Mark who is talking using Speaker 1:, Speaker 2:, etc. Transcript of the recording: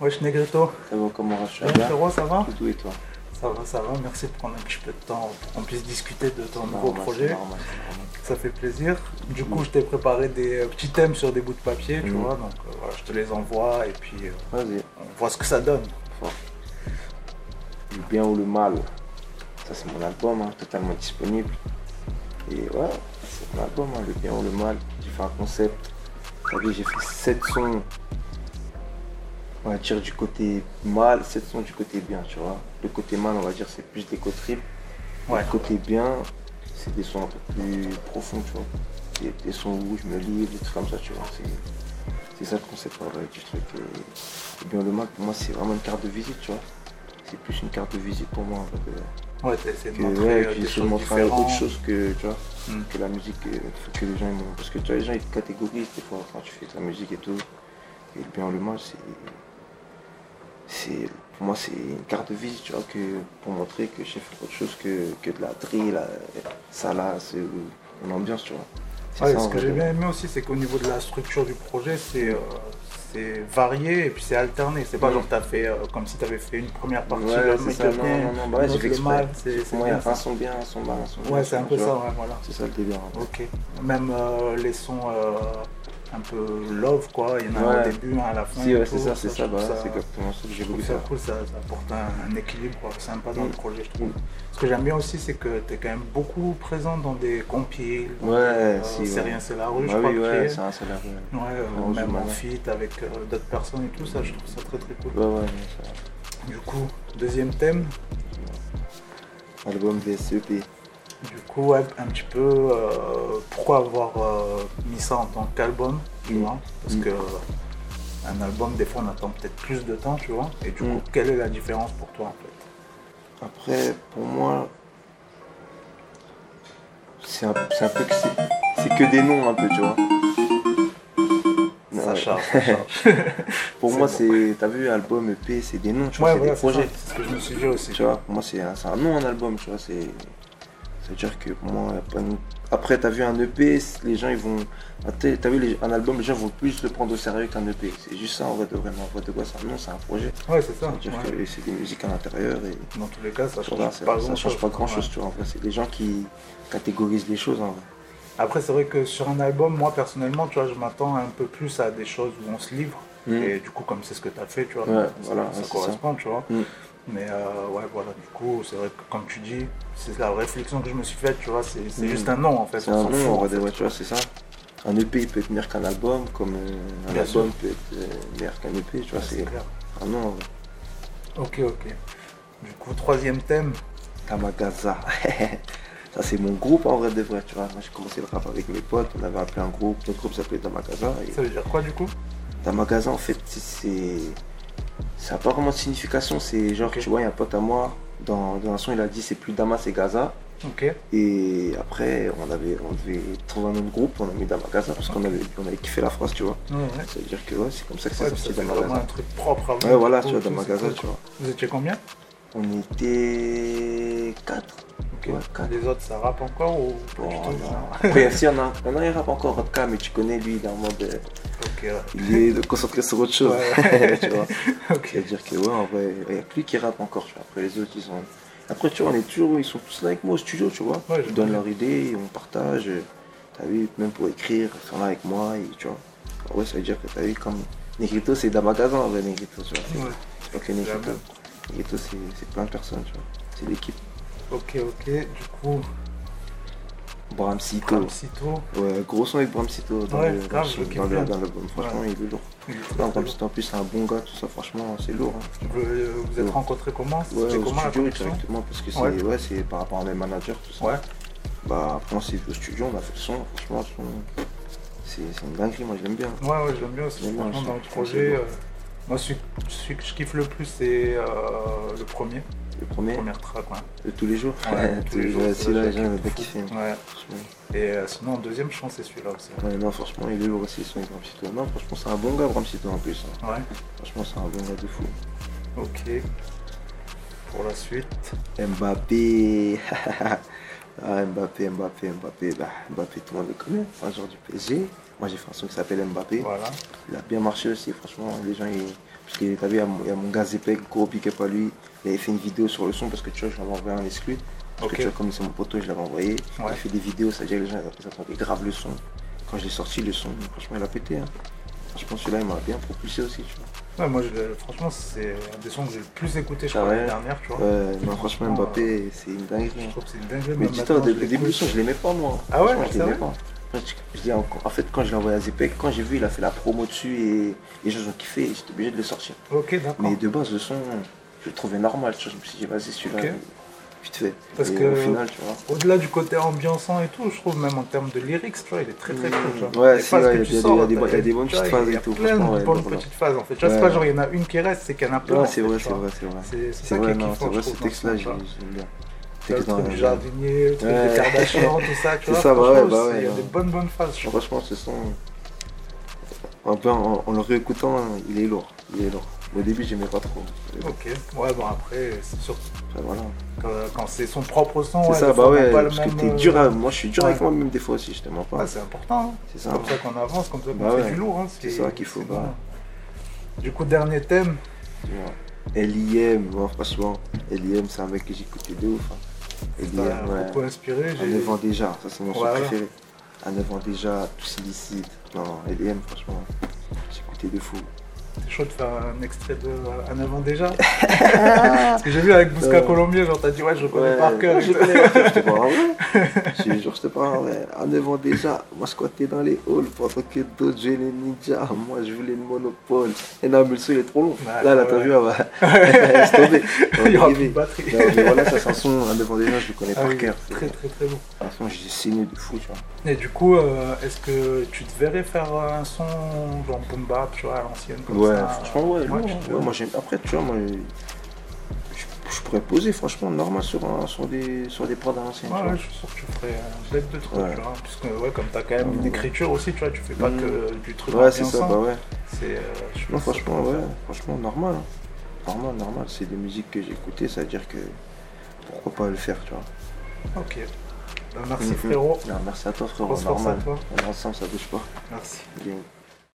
Speaker 1: Wesh Negrito,
Speaker 2: Ça va comment Rachel
Speaker 1: Bien, frérot, ça va
Speaker 2: Tout et toi
Speaker 1: Ça va, ça va, merci de prendre un petit peu de temps pour qu'on puisse discuter de ton
Speaker 2: C'est
Speaker 1: nouveau
Speaker 2: normal,
Speaker 1: projet.
Speaker 2: bah, c'est normal, Mm. c'est normal.
Speaker 1: Ça fait plaisir. Du coup, je t'ai préparé des euh, petits thèmes sur des bouts de papier, tu
Speaker 2: Mhm.
Speaker 1: vois, donc euh, voilà, je te les envoie et puis euh,
Speaker 2: Vas-y.
Speaker 1: on voit ce que ça donne.
Speaker 2: Le bien ou le mal. Ça c'est mon album, hein, totalement disponible. Et ouais, c'est mon album, hein, le bien ou le mal. J'ai fait un concept. T'as vu, j'ai fait 7 sons. On va dire du côté mal, 7 sons du côté bien, tu vois. Le côté mal, on va dire, c'est plus des co-trip.
Speaker 1: Ouais.
Speaker 2: Le côté bien, c'est des sons un peu plus profonds, tu vois. Des, des sons où je me livre, des trucs comme ça, tu vois. C'est- C'est ça le concept, en vrai, du truc. Et, et bien le mal, pour moi, c'est vraiment une carte de visite, tu vois. C'est plus une carte de visite pour moi, en fait, euh,
Speaker 1: Ouais, t'as essayé de
Speaker 2: que,
Speaker 1: montrer
Speaker 2: ouais,
Speaker 1: euh,
Speaker 2: puis
Speaker 1: des
Speaker 2: se
Speaker 1: choses
Speaker 2: montrer autre
Speaker 1: différentes.
Speaker 2: chose que, tu vois,
Speaker 1: Mm.
Speaker 2: que la musique, euh, faut que les gens, ils m'ont- parce que tu vois, les gens, ils te catégorisent des fois quand tu fais de la musique et tout, et le bien ou le mal, c'est, c'est, pour moi, c'est une carte de visite, tu vois, que, pour montrer que je sais faire autre chose que, que de la drill, la, ça là, c'est une ambiance, tu vois. C'est
Speaker 1: Ouais,
Speaker 2: ça,
Speaker 1: ce
Speaker 2: en
Speaker 1: que
Speaker 2: vrai,
Speaker 1: j'ai
Speaker 2: de-
Speaker 1: bien aimé aussi, c'est qu'au niveau de la structure du projet, c'est euh, c'est varié et puis c'est alterné. C'est pas
Speaker 2: Mhm.
Speaker 1: genre t'as fait euh, comme si t'avais fait une première partie,
Speaker 2: Ouais,
Speaker 1: le
Speaker 2: c'est
Speaker 1: mec
Speaker 2: ça,
Speaker 1: de
Speaker 2: non,
Speaker 1: bien,
Speaker 2: non, non, bah ouais,
Speaker 1: l'autre
Speaker 2: j'ai fait
Speaker 1: le
Speaker 2: exprès.
Speaker 1: mal, c'est
Speaker 2: Pour
Speaker 1: c'est
Speaker 2: moi, il y
Speaker 1: bien
Speaker 2: a
Speaker 1: ça.
Speaker 2: un son bien, un son mal, un son bien,
Speaker 1: Ouais, c'est un
Speaker 2: tu
Speaker 1: peu
Speaker 2: vois.
Speaker 1: ça, ouais, voilà.
Speaker 2: C'est ça le délire. en fait.
Speaker 1: Ok. Même euh, les sons euh, un peu love, quoi. Il y en a un au
Speaker 2: Ouais.
Speaker 1: début, un à la fin.
Speaker 2: Si,
Speaker 1: et
Speaker 2: ouais,
Speaker 1: tout.
Speaker 2: c'est ça, c'est
Speaker 1: je
Speaker 2: ça,
Speaker 1: trouve
Speaker 2: bah, c'est exactement ce que j'ai
Speaker 1: je trouve
Speaker 2: voulu
Speaker 1: ça
Speaker 2: faire.
Speaker 1: cool, ça, ça apporte un, un équilibre sympa dans le
Speaker 2: Mm.
Speaker 1: projet, je trouve.
Speaker 2: Mm.
Speaker 1: Ce que j'aime bien aussi, c'est que tu es quand même beaucoup présent dans des compiles. dans
Speaker 2: Ouais,
Speaker 1: des, euh,
Speaker 2: si,
Speaker 1: C'est
Speaker 2: ouais.
Speaker 1: rien, c'est la rue, je
Speaker 2: Bah
Speaker 1: crois.
Speaker 2: oui,
Speaker 1: que
Speaker 2: ouais,
Speaker 1: c'est.
Speaker 2: c'est un salaire. ouais.
Speaker 1: Ouais, euh,
Speaker 2: Heureusement,
Speaker 1: même en
Speaker 2: ouais.
Speaker 1: feat avec euh, d'autres personnes et tout ça, je trouve ça très très cool.
Speaker 2: Ouais, ouais, non, ça
Speaker 1: Du coup, deuxième thème,
Speaker 2: va. Album E VSEP.
Speaker 1: du coup, ouais, un petit peu euh, pourquoi avoir euh, mis ça en tant qu'album, tu
Speaker 2: Mm.
Speaker 1: vois Parce
Speaker 2: Mm.
Speaker 1: que euh, un album, des fois, on attend peut-être plus de temps, tu vois. Et du
Speaker 2: Mm.
Speaker 1: coup, quelle est la différence pour toi en fait
Speaker 2: Après, pour moi, c'est un, c'est un peu que c'est c'est que des noms, un peu, tu vois. Ouais.
Speaker 1: Ça charge, ça charge.
Speaker 2: Pour
Speaker 1: c'est
Speaker 2: moi,
Speaker 1: bon.
Speaker 2: c'est. T'as vu, album, EP, c'est des noms, tu vois,
Speaker 1: ouais, voilà,
Speaker 2: c'est des
Speaker 1: c'est ça,
Speaker 2: projets.
Speaker 1: c'est ce que je me suis dit aussi.
Speaker 2: Tu vois, pour moi, c'est un, c'est un nom, un album, tu vois. C'est. C'est-à-dire que pour moi, y a pas une- après, t'as vu un EP, c- les gens, ils vont. Ah, t'es- T'as vu, les- un album, les gens vont plus le prendre au sérieux qu'un EP. C'est juste ça, en vrai, de vraiment. En vrai, de quoi, c'est un nom, c'est un projet.
Speaker 1: Ouais, c'est ça.
Speaker 2: C'est-à-dire
Speaker 1: ouais.
Speaker 2: que c'est des musiques à l'intérieur et.
Speaker 1: Dans tous les cas, ça change
Speaker 2: Voilà, c'est-
Speaker 1: pas
Speaker 2: ça
Speaker 1: grand-chose.
Speaker 2: change pas grand
Speaker 1: Ouais.
Speaker 2: chose, tu vois. En vrai, c'est des gens qui catégorisent les choses en vrai.
Speaker 1: Après, c'est vrai que sur un album, moi personnellement, tu vois, je m'attends un peu plus à des choses où on se livre.
Speaker 2: Mm.
Speaker 1: Et du coup, comme c'est ce que tu as fait, tu vois,
Speaker 2: Ouais,
Speaker 1: ça,
Speaker 2: voilà, ouais,
Speaker 1: ça
Speaker 2: c'est ça.
Speaker 1: correspond, tu vois.
Speaker 2: Mm.
Speaker 1: Mais euh, ouais, voilà, du coup, c'est vrai que comme tu dis, c'est la réflexion que je me suis faite, tu vois, c'est c'est
Speaker 2: Mm.
Speaker 1: juste un nom en fait.
Speaker 2: C'est
Speaker 1: on
Speaker 2: un
Speaker 1: s'en
Speaker 2: nom
Speaker 1: fout,
Speaker 2: en
Speaker 1: en
Speaker 2: vrai,
Speaker 1: fait.
Speaker 2: de vrai, tu vois, c'est ça. Un EP il peut être meilleur qu'un album, comme euh, un
Speaker 1: Bien
Speaker 2: album peut être euh, meilleur qu'un EP, tu vois,
Speaker 1: C'est
Speaker 2: c'est
Speaker 1: clair.
Speaker 2: un nom en vrai.
Speaker 1: Ok, ok. Du coup, troisième thème,
Speaker 2: Kamagaza. ça c'est mon groupe en vrai de vrai, tu vois. Moi j'ai commencé le rap avec mes potes, on avait appelé un groupe, notre groupe s'appelait Tamagaza. Et...
Speaker 1: ça veut dire quoi du coup
Speaker 2: Dans magasin, en fait, c'est- c'est. Ça n'a pas vraiment de signification. C'est genre,
Speaker 1: Ok.
Speaker 2: tu vois, il y a un pote à moi, dans, dans un son, il a dit c'est plus Damas et Gaza.
Speaker 1: Ok,
Speaker 2: Et après, on, avait, on devait trouver un autre groupe, on a mis Damas Gaza parce qu'on avait, on avait kiffé la phrase, tu vois.
Speaker 1: ouais, ouais.
Speaker 2: C'est-à-dire que ouais, c'est comme ça que c'est
Speaker 1: Ouais, puis
Speaker 2: sorti
Speaker 1: ça fait
Speaker 2: Damas
Speaker 1: vraiment
Speaker 2: Gaza.
Speaker 1: un truc propre à vous.
Speaker 2: Ouais, voilà,
Speaker 1: du
Speaker 2: tu
Speaker 1: coup,
Speaker 2: vois,
Speaker 1: tout,
Speaker 2: Damas
Speaker 1: c'est
Speaker 2: Gaza,
Speaker 1: cool.
Speaker 2: tu vois.
Speaker 1: Vous étiez combien
Speaker 2: On était. 4.
Speaker 1: Ok.
Speaker 2: Ouais, 4.
Speaker 1: Les autres, ça rappe encore ou pas
Speaker 2: Oh,
Speaker 1: du tout
Speaker 2: non. Après, si, on a, on a un rap encore, Rodka, mais tu connais, lui, il est en mode. euh,
Speaker 1: Ok, ouais.
Speaker 2: Il est concentré sur autre chose.
Speaker 1: Ouais.
Speaker 2: tu vois.
Speaker 1: Ok.
Speaker 2: C'est-à-dire que ouais, en vrai, il n'y a que lui qui rappe encore, tu vois. Après les autres, ils sont. Après tu vois, on est toujours, ils sont tous là avec moi au studio, tu vois.
Speaker 1: Ouais, je
Speaker 2: ils donnent
Speaker 1: vois.
Speaker 2: leur idée, on partage. T'as vu, même pour écrire, ils sont là avec moi, et tu vois. En vrai, ça veut dire que t'as vu comme. Negrito c'est d'un magasin en vrai Negrito, tu vois. C'est-
Speaker 1: Ouais.
Speaker 2: C'est pas que
Speaker 1: la
Speaker 2: Negrito.
Speaker 1: même.
Speaker 2: Negrito c'est c'est plein de personnes, tu vois. C'est l'équipe.
Speaker 1: Ok, ok. Du coup,
Speaker 2: Bramsito.
Speaker 1: Ramsito,
Speaker 2: Ouais, gros son avec Bramsito dans
Speaker 1: Ouais,
Speaker 2: le dans
Speaker 1: grave,
Speaker 2: le-
Speaker 1: je le kiffe
Speaker 2: dans le-
Speaker 1: bien.
Speaker 2: dans l'album. Franchement, il est lourd.
Speaker 1: il est
Speaker 2: Non,
Speaker 1: très, très
Speaker 2: Bramsito en plus c'est un bon gars, tout ça, franchement, c'est lourd. hein.
Speaker 1: lourd. Vous, euh, vous êtes
Speaker 2: Ouais.
Speaker 1: rencontrés comment
Speaker 2: Ouais,
Speaker 1: C'était
Speaker 2: au
Speaker 1: comment la
Speaker 2: studio
Speaker 1: connexion
Speaker 2: directement parce que c'est
Speaker 1: Ouais.
Speaker 2: ouais. c'est par rapport à mes managers, tout ça.
Speaker 1: Ouais,
Speaker 2: Bah, après, on s'est vu au studio, on a fait le son, franchement, le son, c'est c'est une dinguerie, moi je l'aime bien.
Speaker 1: ouais, ouais, j'aime bien aussi.
Speaker 2: J'aime bien
Speaker 1: Franchement,
Speaker 2: aussi.
Speaker 1: dans le
Speaker 2: C'est
Speaker 1: projet,
Speaker 2: bon.
Speaker 1: euh, moi, celui, celui que je kiffe le plus, c'est euh, le premier,
Speaker 2: Le premier,
Speaker 1: première track. Ouais,
Speaker 2: de tous les jours.
Speaker 1: Ouais, tous les jours,
Speaker 2: si là,
Speaker 1: celui-là,
Speaker 2: les gens ils ont
Speaker 1: je
Speaker 2: pas
Speaker 1: kiffe
Speaker 2: kiffé.
Speaker 1: de fou. Ouais.
Speaker 2: franchement.
Speaker 1: Et euh, sinon, en deuxième, je pense que c'est celui-là aussi.
Speaker 2: Ouais, non, franchement, il est lourd aussi, son avec Bramsito. Non, franchement, c'est un bon gars, Bramsito en plus. hein.
Speaker 1: Ouais,
Speaker 2: Franchement, c'est un bon gars de fou.
Speaker 1: ok. Pour la suite,
Speaker 2: Mbappé ah, Mbappé, Mbappé, Mbappé, bah, Mbappé, tout le monde le connaît, c'est un joueur du PSG. Moi, j'ai fait un son qui s'appelle Mbappé.
Speaker 1: voilà.
Speaker 2: Il a bien marché aussi, franchement. Les gens, ils... Parce que t'as vu, il y a mon- il y, a mon gars Zepek, gros piqué par lui. Il avait fait une vidéo sur le son parce que tu vois, je l'avais envoyé en exclu. Parce
Speaker 1: Ok.
Speaker 2: que tu vois, comme c'est mon poteau, je l'avais envoyé.
Speaker 1: Ouais.
Speaker 2: Il fait des vidéos, c'est-à-dire que les gens ils attendaient grave le son. Quand j'ai sorti le son, franchement, il a pété. Hein. Je pense que là, il m'a bien propulsé aussi, tu vois.
Speaker 1: Ouais, moi, je l'ai- franchement, c'est un des sons que j'ai le plus écouté, je
Speaker 2: Ah
Speaker 1: crois,
Speaker 2: ouais.
Speaker 1: l'année dernière, tu vois.
Speaker 2: Ouais, Euh, non, franchement, Mbappé, c'est une dinguerie.
Speaker 1: Je
Speaker 2: hein.
Speaker 1: trouve que c'est une dinguerie.
Speaker 2: Mais
Speaker 1: même
Speaker 2: dis-toi, au
Speaker 1: maintenant, je
Speaker 2: début, au début, le son,
Speaker 1: l'écoute.
Speaker 2: je l'aimais pas, moi.
Speaker 1: Ah ouais,
Speaker 2: Franchement, je
Speaker 1: c'est
Speaker 2: l'aimais
Speaker 1: vrai
Speaker 2: pas. Enfin, je- je dis encore- en fait, quand je l'ai envoyé à Zepek, quand j'ai vu, il a fait la promo dessus et les gens ont kiffé, et j'étais obligé de le sortir.
Speaker 1: Ok, d'accord.
Speaker 2: Mais de base, le son, je le trouvais normal. Tu vois, je me suis dit, vas-y, celui-là,
Speaker 1: Ok.
Speaker 2: vite fait.
Speaker 1: Parce
Speaker 2: et
Speaker 1: que-
Speaker 2: au final, tu vois.
Speaker 1: Au-delà du côté ambiançant et tout, je trouve même en termes de lyrics, tu vois, il est très très cool. tu vois.
Speaker 2: Ouais,
Speaker 1: Les
Speaker 2: si,
Speaker 1: phases
Speaker 2: ouais,
Speaker 1: que
Speaker 2: il y a
Speaker 1: tu
Speaker 2: des-
Speaker 1: sors,
Speaker 2: il y a des
Speaker 1: t'as-
Speaker 2: bonnes- il y a des bonnes
Speaker 1: tu vois,
Speaker 2: petites phases
Speaker 1: Il y
Speaker 2: et
Speaker 1: a
Speaker 2: tout,
Speaker 1: plein
Speaker 2: franchement,
Speaker 1: de
Speaker 2: ouais,
Speaker 1: bonnes
Speaker 2: voilà.
Speaker 1: petites phases en fait. Tu vois, c'est
Speaker 2: Ouais.
Speaker 1: pas genre il y en a une qui reste, c'est qu'il y en a plein. en
Speaker 2: Ouais,
Speaker 1: fait,
Speaker 2: c'est vrai,
Speaker 1: tu
Speaker 2: c'est
Speaker 1: vois.
Speaker 2: vrai, c'est vrai.
Speaker 1: C'est c'est
Speaker 2: C'est
Speaker 1: ça qui
Speaker 2: vrai,
Speaker 1: est
Speaker 2: non, c'est
Speaker 1: kiffant, je
Speaker 2: vrai, ce
Speaker 1: trouve. dans
Speaker 2: texte-là,
Speaker 1: son,
Speaker 2: j'ai-
Speaker 1: tu vois.
Speaker 2: j'aime bien.
Speaker 1: Tu vois, Le
Speaker 2: Texte dans
Speaker 1: truc
Speaker 2: la-
Speaker 1: du jardinier, le truc
Speaker 2: Ouais.
Speaker 1: des Kardashians, tout ça, tu
Speaker 2: C'est
Speaker 1: vois.
Speaker 2: ça, bah ouais,
Speaker 1: franchement,
Speaker 2: bah
Speaker 1: c'est-
Speaker 2: ouais,
Speaker 1: Il y a
Speaker 2: ouais.
Speaker 1: des bonnes bonnes phases, je trouve.
Speaker 2: Franchement, ce son, un peu en, en le réécoutant, hein, il est lourd. Il est lourd. Au début, j'aimais pas trop.
Speaker 1: Ok, ouais, bon après, c'est surtout
Speaker 2: Après, voilà.
Speaker 1: quand, quand c'est son propre son.
Speaker 2: C'est
Speaker 1: ouais,
Speaker 2: ça,
Speaker 1: des
Speaker 2: bah
Speaker 1: fois, on
Speaker 2: ouais,
Speaker 1: n'a pas le
Speaker 2: parce que
Speaker 1: même,
Speaker 2: t'es
Speaker 1: euh,
Speaker 2: dur à... Moi, je suis dur avec
Speaker 1: ouais.
Speaker 2: moi-même des fois aussi, je te mens pas.
Speaker 1: Ah, c'est important. hein.
Speaker 2: C'est
Speaker 1: C'est
Speaker 2: ça.
Speaker 1: comme ça qu'on avance, comme ça qu'on
Speaker 2: Bah
Speaker 1: fait
Speaker 2: ouais.
Speaker 1: du lourd. hein,
Speaker 2: C'est ça qu'il faut,
Speaker 1: c'est
Speaker 2: bah
Speaker 1: bon. Du coup, dernier thème.
Speaker 2: tu vois. L.I.M., bon, franchement, L.I.M., c'est un mec que j'écoutais de ouf. hein.
Speaker 1: Ça m'a
Speaker 2: L.I.M., ouais.
Speaker 1: beaucoup inspiré.
Speaker 2: À
Speaker 1: j'ai-
Speaker 2: 9 ans déjà, ça c'est mon son
Speaker 1: Voilà.
Speaker 2: préféré. À 9 ans déjà, tous illicites. Non, LDM, franchement, j'écoutais de fou.
Speaker 1: T'es chaud de faire un extrait de euh, En avant déjà Parce que j'ai vu avec Bousca
Speaker 2: Euh.
Speaker 1: Colombier, genre t'as dit ouais, je le connais
Speaker 2: Ouais,
Speaker 1: par cœur.
Speaker 2: ouais,
Speaker 1: et
Speaker 2: Je
Speaker 1: tout.
Speaker 2: connais par cœur, je te parle en vrai. Je te jure, je te parle en vrai. À 9 ans déjà, moi squattais dans les halls pendant que d'autres jouaient les ninjas. Moi je voulais le monopole. Et non, mais le son il est trop long.
Speaker 1: Ouais,
Speaker 2: là,
Speaker 1: ouais.
Speaker 2: l'interview, elle va. Laisse tomber. On va
Speaker 1: Il y aura
Speaker 2: y
Speaker 1: plus de
Speaker 2: arriver.
Speaker 1: batterie.
Speaker 2: Non, mais voilà, ça c'est un son. À 9 ans déjà, je le connais
Speaker 1: Ah oui,
Speaker 2: par cœur.
Speaker 1: Très très très bon.
Speaker 2: De toute façon, j'ai saigné de fou, tu vois.
Speaker 1: Et du coup, euh, est-ce que tu te verrais faire un son genre boom bap, tu vois, à l'ancienne comme
Speaker 2: Ouais,
Speaker 1: ça
Speaker 2: franchement, ouais.
Speaker 1: Ouais,
Speaker 2: ouais,
Speaker 1: tu te
Speaker 2: ouais,
Speaker 1: vois.
Speaker 2: moi, j'aime. Après, tu vois, moi, je, je pourrais poser, franchement, normal sur, un- sur des, sur des prods à l'ancienne.
Speaker 1: Ouais,
Speaker 2: tu vois.
Speaker 1: ouais, je suis sûr que tu ferais un bête de trucs,
Speaker 2: Ouais.
Speaker 1: tu vois. Parce que, ouais, comme t'as quand même une
Speaker 2: Ouais.
Speaker 1: écriture aussi, tu vois, tu fais pas
Speaker 2: Mm.
Speaker 1: que du truc
Speaker 2: Ouais, c'est ça,
Speaker 1: ambiançant.
Speaker 2: bah ouais.
Speaker 1: C'est, euh, je
Speaker 2: Non,
Speaker 1: pense que-
Speaker 2: franchement, ouais, franchement, normal. hein. Normal, normal. C'est des musiques que j'écoutais, ça veut dire que pourquoi pas le faire, tu vois.
Speaker 1: Ok. Ben, merci
Speaker 2: Mhm.
Speaker 1: frérot.
Speaker 2: Non, merci à toi, frérot.
Speaker 1: Grosse force à
Speaker 2: normal.
Speaker 1: toi.
Speaker 2: On est ensemble, ça bouge pas.
Speaker 1: Merci.
Speaker 2: Game.